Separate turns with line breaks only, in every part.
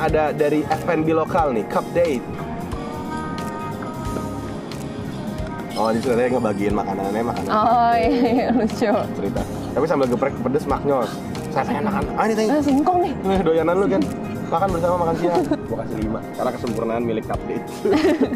ada dari F&B lokal nih, Cup Date. Oh, ini sebenarnya ngebagiin makanannya makanan
Oh iya, iya, lucu.
cerita. Tapi sambil geprek pedes maknyos. Saya enakan. Ah, ini tanya.
Nah, singkong nih.
Nih, doyanan lu kan. Makan bersama makan siang. Gua kasih lima. Karena kesempurnaan milik Cup Date.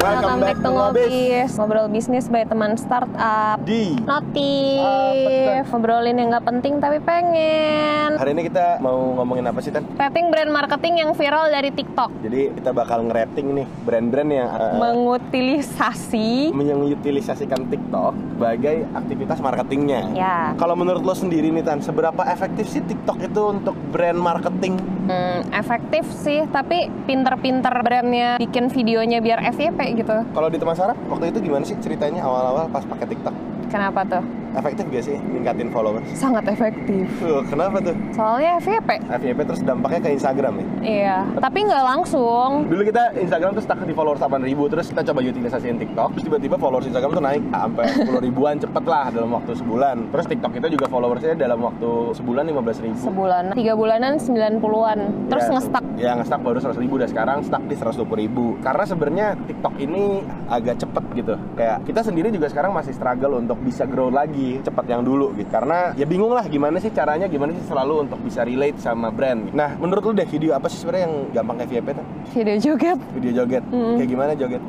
Welcome back to Ngobis. Ngobrol bisnis by teman startup.
Di
Notif. Ngobrolin yang nggak penting tapi pengen.
hari ini kita mau ngomongin apa sih Tan?
Rating brand marketing yang viral dari TikTok.
Jadi kita bakal ngerating nih brand-brand yang uh,
Mengutilisasi.
mengutilisasikan TikTok sebagai aktivitas marketingnya.
Ya.
Kalau menurut lo sendiri nih Tan, seberapa efektif sih TikTok itu untuk brand marketing?
Hmm, efektif sih, tapi pinter-pinter brandnya bikin videonya biar FYP gitu.
Kalau di teman Sarah, waktu itu gimana sih ceritanya awal-awal pas pakai TikTok?
Kenapa tuh?
Efektif gak sih ningkatin followers?
Sangat efektif.
Tuh, kenapa tuh?
Soalnya FYP.
FYP terus dampaknya ke Instagram ya?
Iya. Tapi nggak langsung.
Dulu kita Instagram tuh stuck di followers 8 ribu Terus kita coba utilisasiin TikTok Terus tiba-tiba followers Instagram tuh naik Sampai 10 ribuan cepet lah dalam waktu sebulan Terus TikTok kita juga followersnya dalam waktu sebulan 15 ribu
Sebulan. Tiga bulanan 90-an. Terus
Ya,
ngestak.
Ya ngestak baru 100 ribu dan sekarang stuck di 120 ribu Karena sebenarnya TikTok ini agak cepet gitu Kayak kita sendiri juga sekarang masih struggle untuk bisa grow lagi Cepet yang dulu gitu Karena ya bingung lah gimana sih caranya Gimana sih selalu untuk bisa relate sama brand gitu. Nah menurut lu deh video apa sih sebenarnya yang gampang FYP tuh?
Video joget.
Video joget Kayak gimana joget?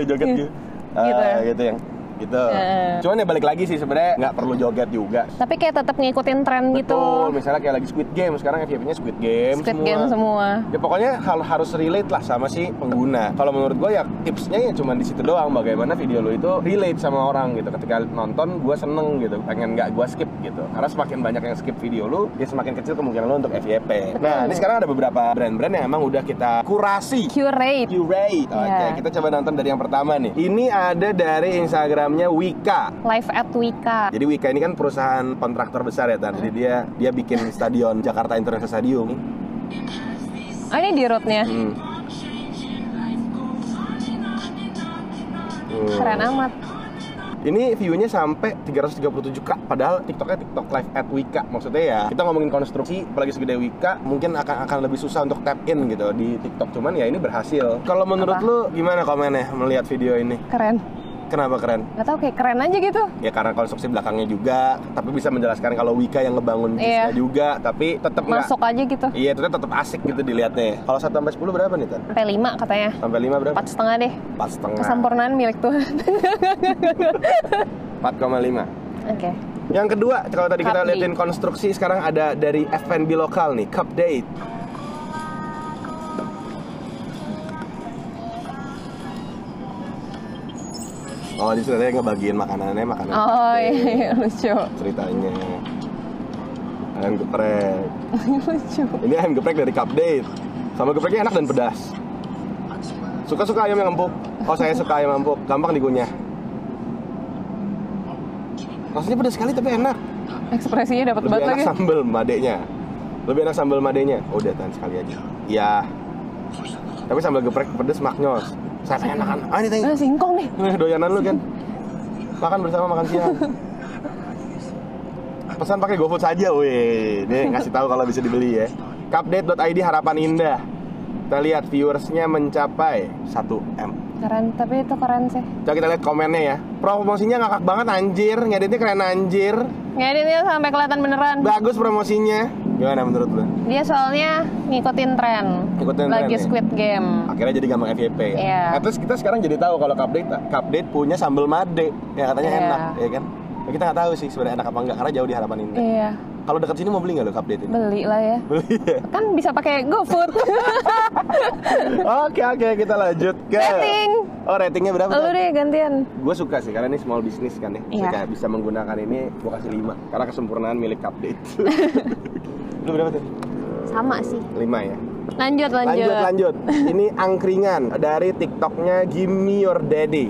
joget gitu
Gitu
Ah,
ya?
gitu yang gitu
Eh.
cuman ya balik lagi sih sebenarnya nggak perlu joget juga
Tapi kayak tetap ngikutin tren gitu.
Betul, misalnya kayak lagi Squid Game sekarang FYP-nya Squid Game
Squid Game semua.
Ya pokoknya hal harus relate lah sama si pengguna. Kalau menurut gue ya tipsnya ya cuma di situ doang bagaimana video lo itu relate sama orang gitu. Ketika nonton gue seneng gitu, pengen nggak gue skip gitu. Karena semakin banyak yang skip video lo, ya semakin kecil kemungkinan lo untuk FYP. Nah ini sekarang ada beberapa brand-brand yang emang udah kita kurasi.
Curate.
Curate. Oke,
Ya.
kita coba nonton dari yang pertama nih. Ini ada dari Instagramnya Wika.
Live at Wika.
Jadi Wika ini kan perusahaan kontraktor besar ya, Tan. Jadi dia dia bikin stadion Jakarta International Stadium.
Oh ini di rootnya.
Hmm. Hmm.
Keren amat.
Ini view-nya sampai 337k padahal TikToknya TikTok Live at Wika. Maksudnya ya, kita ngomongin konstruksi apalagi segede Wika, mungkin akan akan lebih susah untuk tap in gitu di TikTok. Cuman ya ini berhasil. Kalau menurut
Apa?
lu gimana komennya melihat video ini?
Keren.
Kenapa keren?
Gak tau kayak keren aja gitu.
Ya karena konstruksi belakangnya juga, tapi bisa menjelaskan kalau Wika yang ngebangun bisnisnya
Iya.
juga, tapi tetap nggak-
Masuk aja gitu.
Iya, itu tetap asik gitu dilihatnya. ya. Kalau 1 sampai 10 berapa nih, Tan?
Sampai lima katanya.
Sampai 5 berapa?
Empat setengah deh.
4 setengah.
Kesempurnaan milik Tuhan.
4,5.
Oke.
Yang kedua, kalau tadi kita
Cup
liatin konstruksi, sekarang ada dari F&B lokal nih, Cup Date. Oh, ini sebenarnya ngebagiin makanannya, makanan
Oh iya, iya, lucu.
ceritanya. Ayam geprek.
lucu.
Ini ayam geprek dari Cup Date. Sama gepreknya enak dan pedas. Suka-suka ayam yang empuk. Oh, saya suka ayam empuk. Gampang digunyah. Rasanya pedas sekali tapi enak.
Ekspresinya dapat
Lebih
banget
enak
lagi.
sambel madenya. Lebih enak sambel madenya. Oh, udah tahan sekali aja. Iya. Tapi sambal geprek pedes maknyos. Saya enakan. Ah, ini tanya.
Nah, singkong nih.
Ini doyanan lu kan. Makan bersama makan siang. Pesan pakai GoFood saja, weh. Nih ngasih tahu kalau bisa dibeli ya. Cupdate.id harapan indah. Kita lihat viewersnya mencapai 1M.
Keren, tapi itu keren sih.
Coba kita lihat komennya ya. Promosinya ngakak banget anjir, ngeditnya keren anjir.
Ngeditnya sampai kelihatan beneran.
Bagus promosinya. Gimana menurut lu?
Dia soalnya ngikutin tren.
Ngikutin tren,
Lagi
ya?
Squid Game.
akhirnya jadi gampang FYP ya.
Iya.
Nah, terus kita sekarang jadi tahu kalau Cupdate, Cupdate punya sambal made, ya katanya
Iya.
enak, ya kan? Ya, kita nggak tahu sih sebenarnya enak apa enggak karena jauh di harapan indah.
Iya,
Kalau dekat sini mau beli nggak lo Cupdate ini?
beli lah ya.
Beli. ya?
Kan bisa pakai GoFood.
Iya, Oke oke kita lanjut ke
Rating.
Oh ratingnya berapa?
Lu deh gantian.
Gue suka sih karena ini small business kan ya.
Iya.
Kayak bisa menggunakan ini gue kasih 5 karena kesempurnaan milik Cupdate. Lu berapa tuh?
Sama sih.
5 ya.
Lanjut, lanjut.
lanjut. lanjut. Ini angkringan dari TikToknya Gimme Your Daddy.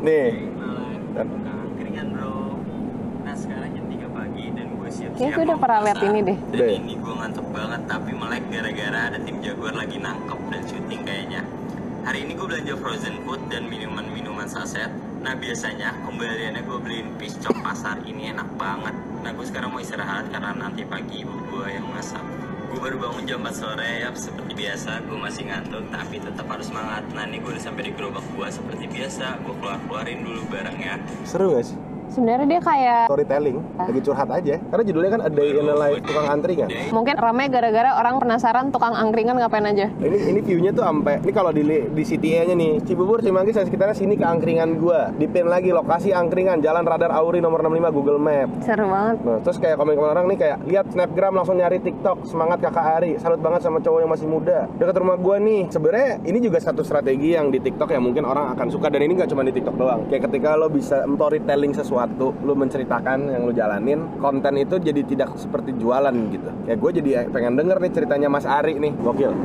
Nih,
buka angkringan bro nah sekarang jam 3 pagi dan gue siap-siap
Kayaknya gue udah
mau
pernah liat
puasa.
ini deh.
dan
Deh.
ini gue ngantuk banget tapi melek gara-gara ada tim jaguar lagi nangkep dan syuting kayaknya hari ini gue belanja frozen food dan minuman-minuman saset nah biasanya kembaliannya gue beliin piscok pasar ini enak banget nah gue sekarang mau istirahat karena nanti pagi ibu gue yang masak gue baru bangun jam 4 sore ya seperti biasa gue masih ngantuk tapi tetap harus semangat nah ini gue udah sampai di gerobak gue seperti biasa gue keluar keluarin dulu barangnya
Seru gak sih?
Sebenarnya dia kayak
Storytelling, lagi curhat aja. Karena judulnya kan A Day in the Life Tukang Antri kan?
Day
mungkin ramai gara-gara orang penasaran tukang angkringan ngapain aja.
Ini ini view-nya tuh sampai ini kalau di di CTA-nya nih, Cibubur, Cimanggis dan sekitarnya sini ke angkringan gua. Dipin lagi lokasi angkringan Jalan Radar Auri nomor 65 Google Map.
Seru banget.
Nah, terus kayak komen-komen orang nih kayak lihat snapgram langsung nyari TikTok, semangat Kakak Ari, salut banget sama cowok yang masih muda. Dekat rumah gua nih. Sebenarnya ini juga satu strategi yang di TikTok yang mungkin orang akan suka dan ini nggak cuma di TikTok doang. Kayak ketika lo bisa storytelling sesuatu, lo menceritakan yang lo jalanin, konten itu jadi tidak seperti jualan gitu. Kayak gue jadi pengen denger nih ceritanya Mas Ari nih. Gokil.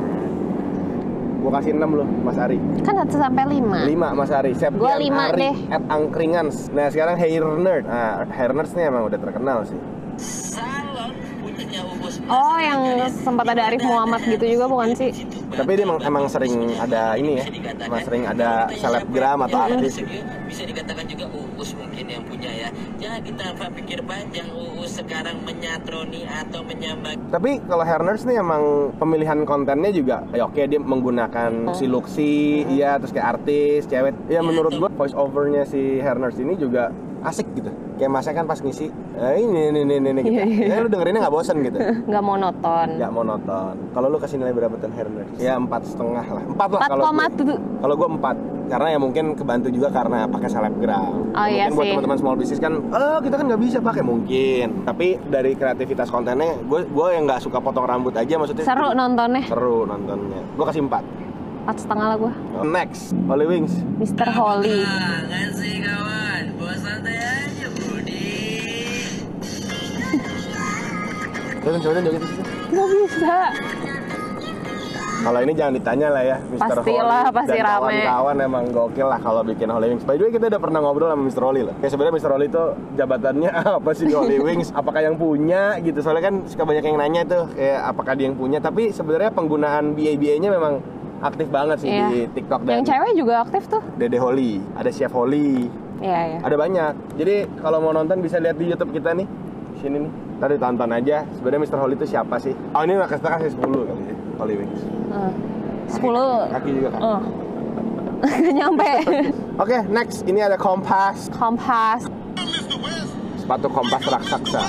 Gue kasih 6 loh Mas Ari.
Kan 1 sampai 5.
5 Mas Ari Septian
Gua lima
Ari
deh.
At Angkringans Nah sekarang Hair Nerd Nah Hair Nerds nih emang udah terkenal sih
salon punyanya Ubos
Oh, yang sempat ada Arif Muhammad gitu juga bukan sih?
tapi dia emang, emang sering ada ini ya emang sering ada selebgram atau
Iya.
artis gitu.
Ya, bisa dikatakan juga Uus mungkin yang punya ya jangan tanpa pikir panjang Uus sekarang menyatroni atau menyambangi
tapi kalau Herners nih emang pemilihan kontennya juga ya oke dia menggunakan si luksi iya terus kayak artis cewek ya
Iya,
menurut gua voice overnya si Herners ini juga asik gitu kayak masa kan pas ngisi eh, ini ini ini ini, ini gitu.
Iya, iya,
ya lu dengerinnya nggak bosen gitu
Nggak monoton.
nggak monoton kalau lu kasih nilai berapa tuh Herners ya empat setengah lah empat lah kalau gua.
4,7.
Kalau gue empat, karena ya mungkin kebantu juga karena pakai selebgram.
Oh, iya
mungkin buat
sih.
teman-teman small business kan, oh kita kan nggak bisa pakai mungkin. Tapi dari kreativitas kontennya, gue gue yang nggak suka potong rambut aja maksudnya.
Seru nontonnya.
Seru nontonnya. Gue kasih empat.
4 setengah lah gue.
Next, Holy Wings.
Mr.
Ah.
Holly.
jangan Nah, kan sih kawan bos santai aja Budi
Coba coba coba gitu.
Nggak bisa.
Kalau ini jangan ditanya lah ya, Mr.
Pastilah,
Holly
pasti
dan
rame.
kawan-kawan emang gokil lah kalau bikin Holy Wings. By the way, kita udah pernah ngobrol sama Mr. Holly loh. Kayak sebenarnya Mr. Holly itu jabatannya apa sih di Holy Wings? Apakah yang punya gitu? Soalnya kan suka banyak yang nanya tuh kayak apakah dia yang punya. Tapi sebenarnya penggunaan BA-BA-nya memang aktif banget sih
Iya.
di TikTok dan
Yang cewek juga aktif tuh.
Dede Holly. Ada Chef Holly.
Iya, iya.
Ada banyak. Jadi kalau mau nonton bisa lihat di YouTube kita nih. Sini nih. Tadi tonton aja. Sebenarnya Mr. Holly itu siapa sih? Oh ini Mas Kesta kasih 10 kali ya. Holy Wings.
Heeh. 10.
Kaki juga kan.
Heeh. Oh. Nggak nyampe.
Oke, next ini ada kompas.
Kompas.
Sepatu kompas raksasa.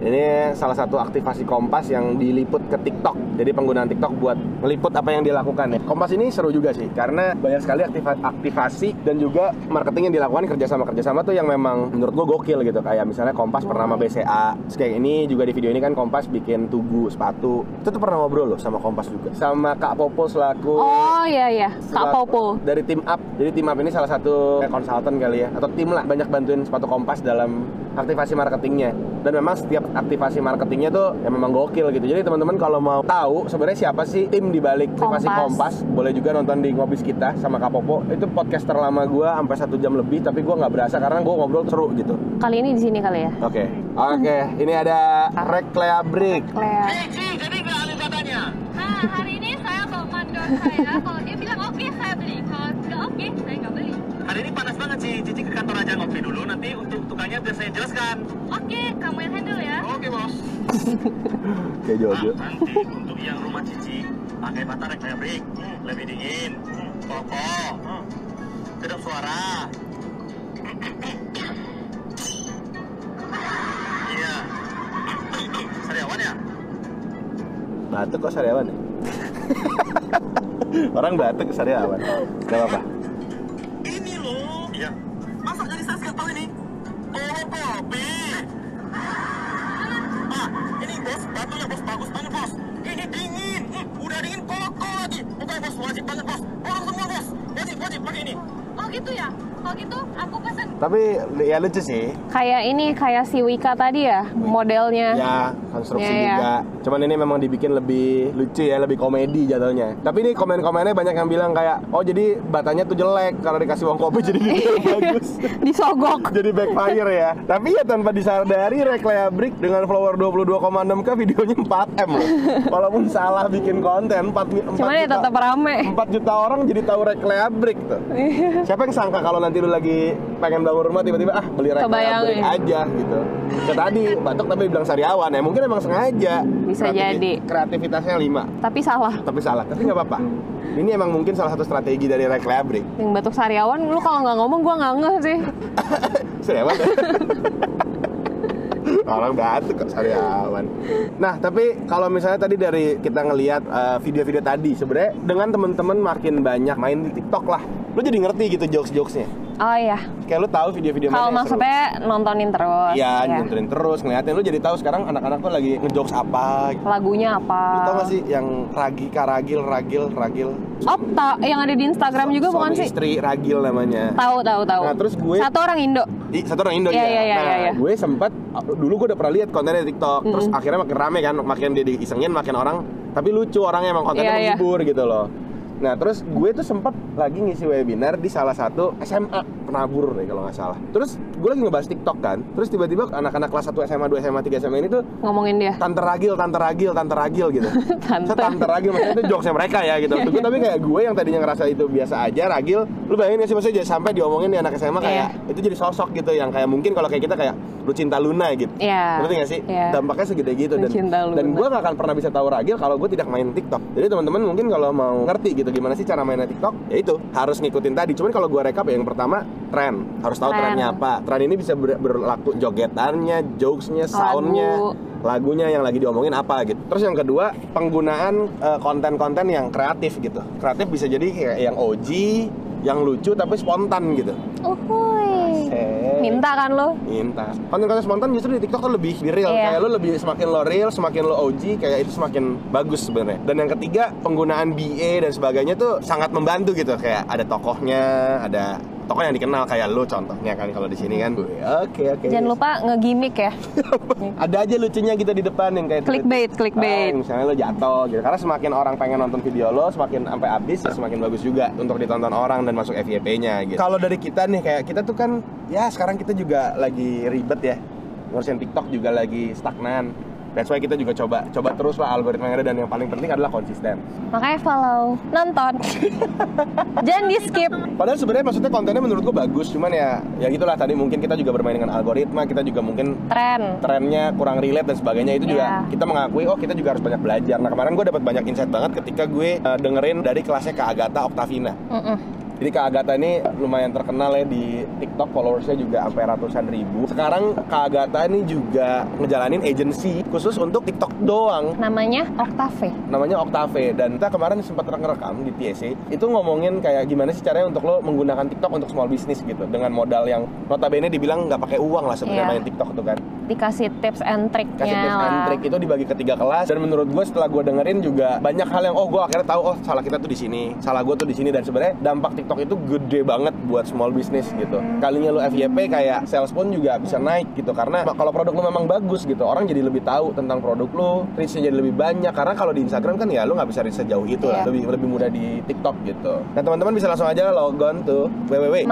Ini salah satu aktivasi Kompas yang diliput ke TikTok. Jadi penggunaan TikTok buat meliput apa yang dilakukan ya. Kompas ini seru juga sih karena banyak sekali aktiva- aktivasi dan juga marketing yang dilakukan kerjasama kerjasama tuh yang memang menurut gue gokil gitu. Kayak misalnya Kompas pernah sama BCA. Terus kayak ini juga di video ini kan Kompas bikin tugu sepatu. Itu tuh pernah ngobrol loh sama Kompas juga. Sama Kak Popo selaku
Oh, iya, iya. Kak
Selaku-
Popo.
dari tim up jadi tim up ini salah satu kayak konsultan kali ya atau tim lah banyak bantuin sepatu kompas dalam aktivasi marketingnya dan memang setiap aktivasi marketingnya tuh ya memang gokil gitu jadi teman-teman kalau mau tahu sebenarnya siapa sih tim di balik aktivasi
Kompas.
kompas boleh juga nonton di ngobis kita sama kapopo itu podcast terlama gue sampai satu jam lebih tapi gue nggak berasa karena gue ngobrol seru gitu
Kali ini di sini kali ya.
oke oke ini ada reklea break
Clea.
Eh,
Eh,
Nah, hari ini saya bawa mandor saya. Kalau dia bilang oke, saya beli. Kalau nggak oke, saya nggak beli.
hari ini panas banget sih Cici ke kantor aja ngopi dulu nanti untuk tukangnya biar saya jelaskan
Oke, kamu yang handle ya.
oke bos
kayak Jojo
nanti untuk yang rumah Cici pakai batang fabrik lebih dingin kokoh kedap suara iya sariawan ya
batuk kok sariawan ya? orang batuk sariawan gak apa-apa
ini loh iya masa jadi saya nggak tahu ini oh kopi ah ini bos batunya bos bagus banget bos ini dingin Hmm, udah dingin kokoh lagi bukan bos wajib banget bos orang semua bos wajib wajib pakai ini
Oh gitu ya. Kalau gitu, aku pesan
Tapi ya
Eh?
lucu sih.
Kayak ini, kayak si Wika tadi ya, modelnya.
Ya konstruksi
Iya, iya.
juga. Cuman ini memang dibikin lebih lucu ya, lebih komedi jatuhnya. Tapi ini komen-komennya banyak yang bilang kayak, oh jadi batanya tuh jelek karena dikasih uang kopi jadi dia bagus.
Disogok.
jadi backfire ya. Tapi ya tanpa disadari Reklea Brick dengan follower 22,6k videonya 4M loh. Walaupun salah bikin konten 4 4
Cuman ya
juta-
tetap rame.
4 juta orang jadi tahu Reklea Brick tuh.
Iya.
Siapa yang sangka kalau nanti lu lagi pengen bangun rumah tiba-tiba ah beli Reklea
Kebayang,
Brick
ya.
aja gitu. Kayak tadi batuk tapi bilang sariawan ya mungkin emang sengaja.
Bisa jadi.
Kreativitasnya 5
Tapi salah.
tapi salah tapi nggak apa-apa. Ini emang mungkin salah satu strategi dari Reklea Brick.
Yang batuk sariawan, lu kalau nggak ngomong gua nggak ngeh sih.
Sariawan. ya? Orang batuk kok sariawan. Nah, tapi kalau misalnya tadi dari kita ngelihat eh, video-video tadi sebenarnya dengan teman-teman makin banyak main di TikTok lah. Lu jadi ngerti gitu jokes-jokesnya.
Oh iya.
Kayak lu tahu video-video mana
Kalau
yang ya, seru.
maksudnya nontonin terus.
Iya,
Iya.
nyenterin terus, ngeliatin lu jadi tahu sekarang anak-anak tuh lagi ngejokes apa. Gitu.
Lagunya apa?
Lu tau gak sih yang ragi karagil ragil ragil
Opta Oh, yang ada di Instagram juga
Suami
bukan sih?
istri ragil namanya.
Tahu tahu tahu.
Nah, terus gue-
satu orang Indo.
Di satu orang Indo ya.
Iya, iya, iya,
nah,
iya, iya.
gue sempat dulu gue udah pernah lihat kontennya di TikTok, terus akhirnya makin rame kan, makin dia diisengin, makin orang. Tapi lucu orangnya emang kontennya
Iya, iya.
menghibur gitu loh. Nah terus gue tuh sempat lagi ngisi webinar di salah satu SMA penabur deh kalau nggak salah. Terus gue lagi ngebahas TikTok kan, terus tiba-tiba anak-anak kelas 1 SMA, 2 SMA, 3 SMA ini tuh
Ngomongin dia.
tante ragil, tante ragil, tante ragil gitu.
Tante.
Saya tante ragil maksudnya itu jokesnya mereka ya gitu. Tapi- Tapi kayak gue yang tadinya ngerasa itu biasa aja ragil, lu bayangin gak sih maksudnya jadi- sampai diomongin di anak SMA kayak itu jadi sosok gitu yang kayak mungkin kalau kayak kita kayak lu cinta Luna gitu.
Iya.
Ngerti gak sih?
Iya.
Dampaknya segede gitu dan
Cinta Luna.
dan gue gak akan pernah bisa tahu ragil kalau gue tidak main TikTok. Jadi teman-teman mungkin kalau mau ngerti gitu gimana sih cara mainnya TikTok, ya itu harus ngikutin tadi. Cuman kalau gue rekap ya yang pertama tren, harus tahu
Tren.
trennya apa. Tren ini bisa ber- berlaku jogetannya, jokesnya, soundnya
Lagu.
lagunya yang lagi diomongin apa gitu. Terus yang kedua penggunaan eh, konten-konten yang kreatif gitu. Kreatif bisa jadi kayak yang OG, yang lucu tapi spontan gitu.
Uhuy. Minta kan lo?
Minta. Konten-konten spontan justru di TikTok tuh lebih di real.
Iya.
Kayak lo lebih semakin lo real, semakin lo OG, kayak itu semakin bagus sebenarnya. Dan yang ketiga penggunaan BA dan sebagainya tuh sangat membantu gitu. Kayak ada tokohnya, ada tokoh yang dikenal kayak lo contohnya kan kalau di sini kan. Oke oke.
Jangan lupa ngegimik ya.
ada aja lucunya gitu di depan yang kayak
Clickbait, clickbait.
Ah, misalnya lo jatuh gitu karena semakin orang pengen nonton video lo semakin sampai habis ya semakin bagus juga untuk ditonton orang dan masuk FYP-nya gitu kalau dari kita nih kayak kita tuh kan ya sekarang kita juga lagi ribet ya ngurusin TikTok juga lagi stagnan That's why kita juga coba coba terus lah algoritma yang ada dan yang paling penting adalah konsisten.
Makanya follow, nonton. Jangan di skip.
Padahal sebenarnya maksudnya kontennya menurut gua bagus, cuman ya ya gitulah tadi mungkin kita juga bermain dengan algoritma, kita juga mungkin
Tren.
trennya kurang relate dan sebagainya itu juga
Iya.
kita mengakui oh kita juga harus banyak belajar nah kemarin gue dapat banyak insight banget ketika gue eh, dengerin dari kelasnya Kak Agatha Octavina
Mm-mm.
jadi Kak Agatha ini lumayan terkenal ya di TikTok followersnya juga sampai ratusan ribu sekarang Kak Agatha ini juga ngejalanin agency khusus untuk TikTok doang
Namanya Octave.
namanya Octave dan kita kemarin sempat ngerekam di TSA itu ngomongin kayak gimana sih caranya untuk lo menggunakan TikTok untuk small business gitu dengan modal yang notabene dibilang nggak pakai uang lah sebenarnya
Iya.
main TikTok itu kan
Dikasih tips and triknya
kasih tips and
Iya lah.
trick itu dibagi ke tiga kelas dan menurut gue setelah gue dengerin juga banyak hal yang oh gue akhirnya tahu oh salah kita tuh di sini salah gue tuh di sini dan sebenarnya dampak TikTok itu gede banget buat small business gitu kalinya lu FYP kayak sales pun juga bisa naik gitu karena kalau produk lu memang bagus gitu orang jadi lebih tahu tentang produk lu reachnya jadi lebih banyak karena kalau di Instagram kan ya lu nggak bisa reach sejauh itu lah
Iya.
lebih lebih mudah di TikTok gitu nah teman-teman bisa langsung aja logon tuh www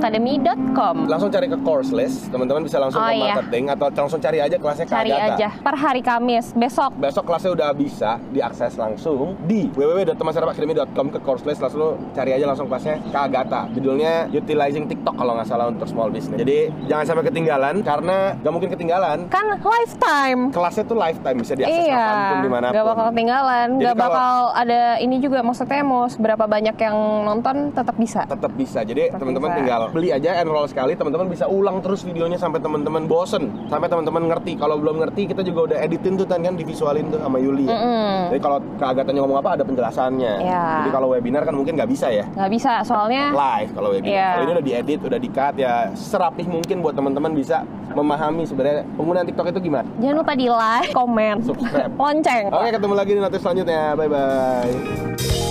manstartupacademy.com
langsung cari ke course list teman-teman bisa langsung
Oh,
ke
iya.
marketing atau langsung cari aja kelasnya
Cari
Kak Agatha.
aja. Per hari Kamis, besok.
Besok kelasnya udah bisa diakses langsung di www.temasarapakademi.com ke course list langsung lu cari aja langsung kelasnya Kak Agatha. Judulnya Utilizing TikTok kalau nggak salah untuk small business. Jadi jangan sampai ketinggalan karena nggak mungkin ketinggalan.
Kan lifetime.
Kelasnya tuh lifetime bisa diakses
Iya,
kapanpun dimanapun.
nggak bakal ketinggalan,
Jadi
nggak
kalau-
bakal ada ini juga maksudnya mau seberapa banyak yang nonton tetap bisa.
tetap bisa. Jadi
Tetap
teman-teman
bisa.
tinggal beli aja enroll sekali, teman-teman bisa ulang terus videonya sampai teman-teman bosen, sampai teman-teman ngerti. Kalau belum ngerti, kita juga udah editin tuh Tan, kan divisualin tuh sama Yuli. ya.
Mm-mm.
Jadi kalau keagatannya ngomong apa ada penjelasannya.
Iya.
Jadi kalau webinar kan mungkin nggak bisa ya.
Nggak bisa soalnya
live kalau webinar.
Iya.
Kalau ini udah diedit, udah di-cut ya serapih mungkin buat teman-teman bisa memahami sebenarnya penggunaan TikTok itu gimana.
jangan lupa di like, komen,
Subscribe. Oh,
lonceng.
Oke, ketemu lagi di notis selanjutnya. Bye bye.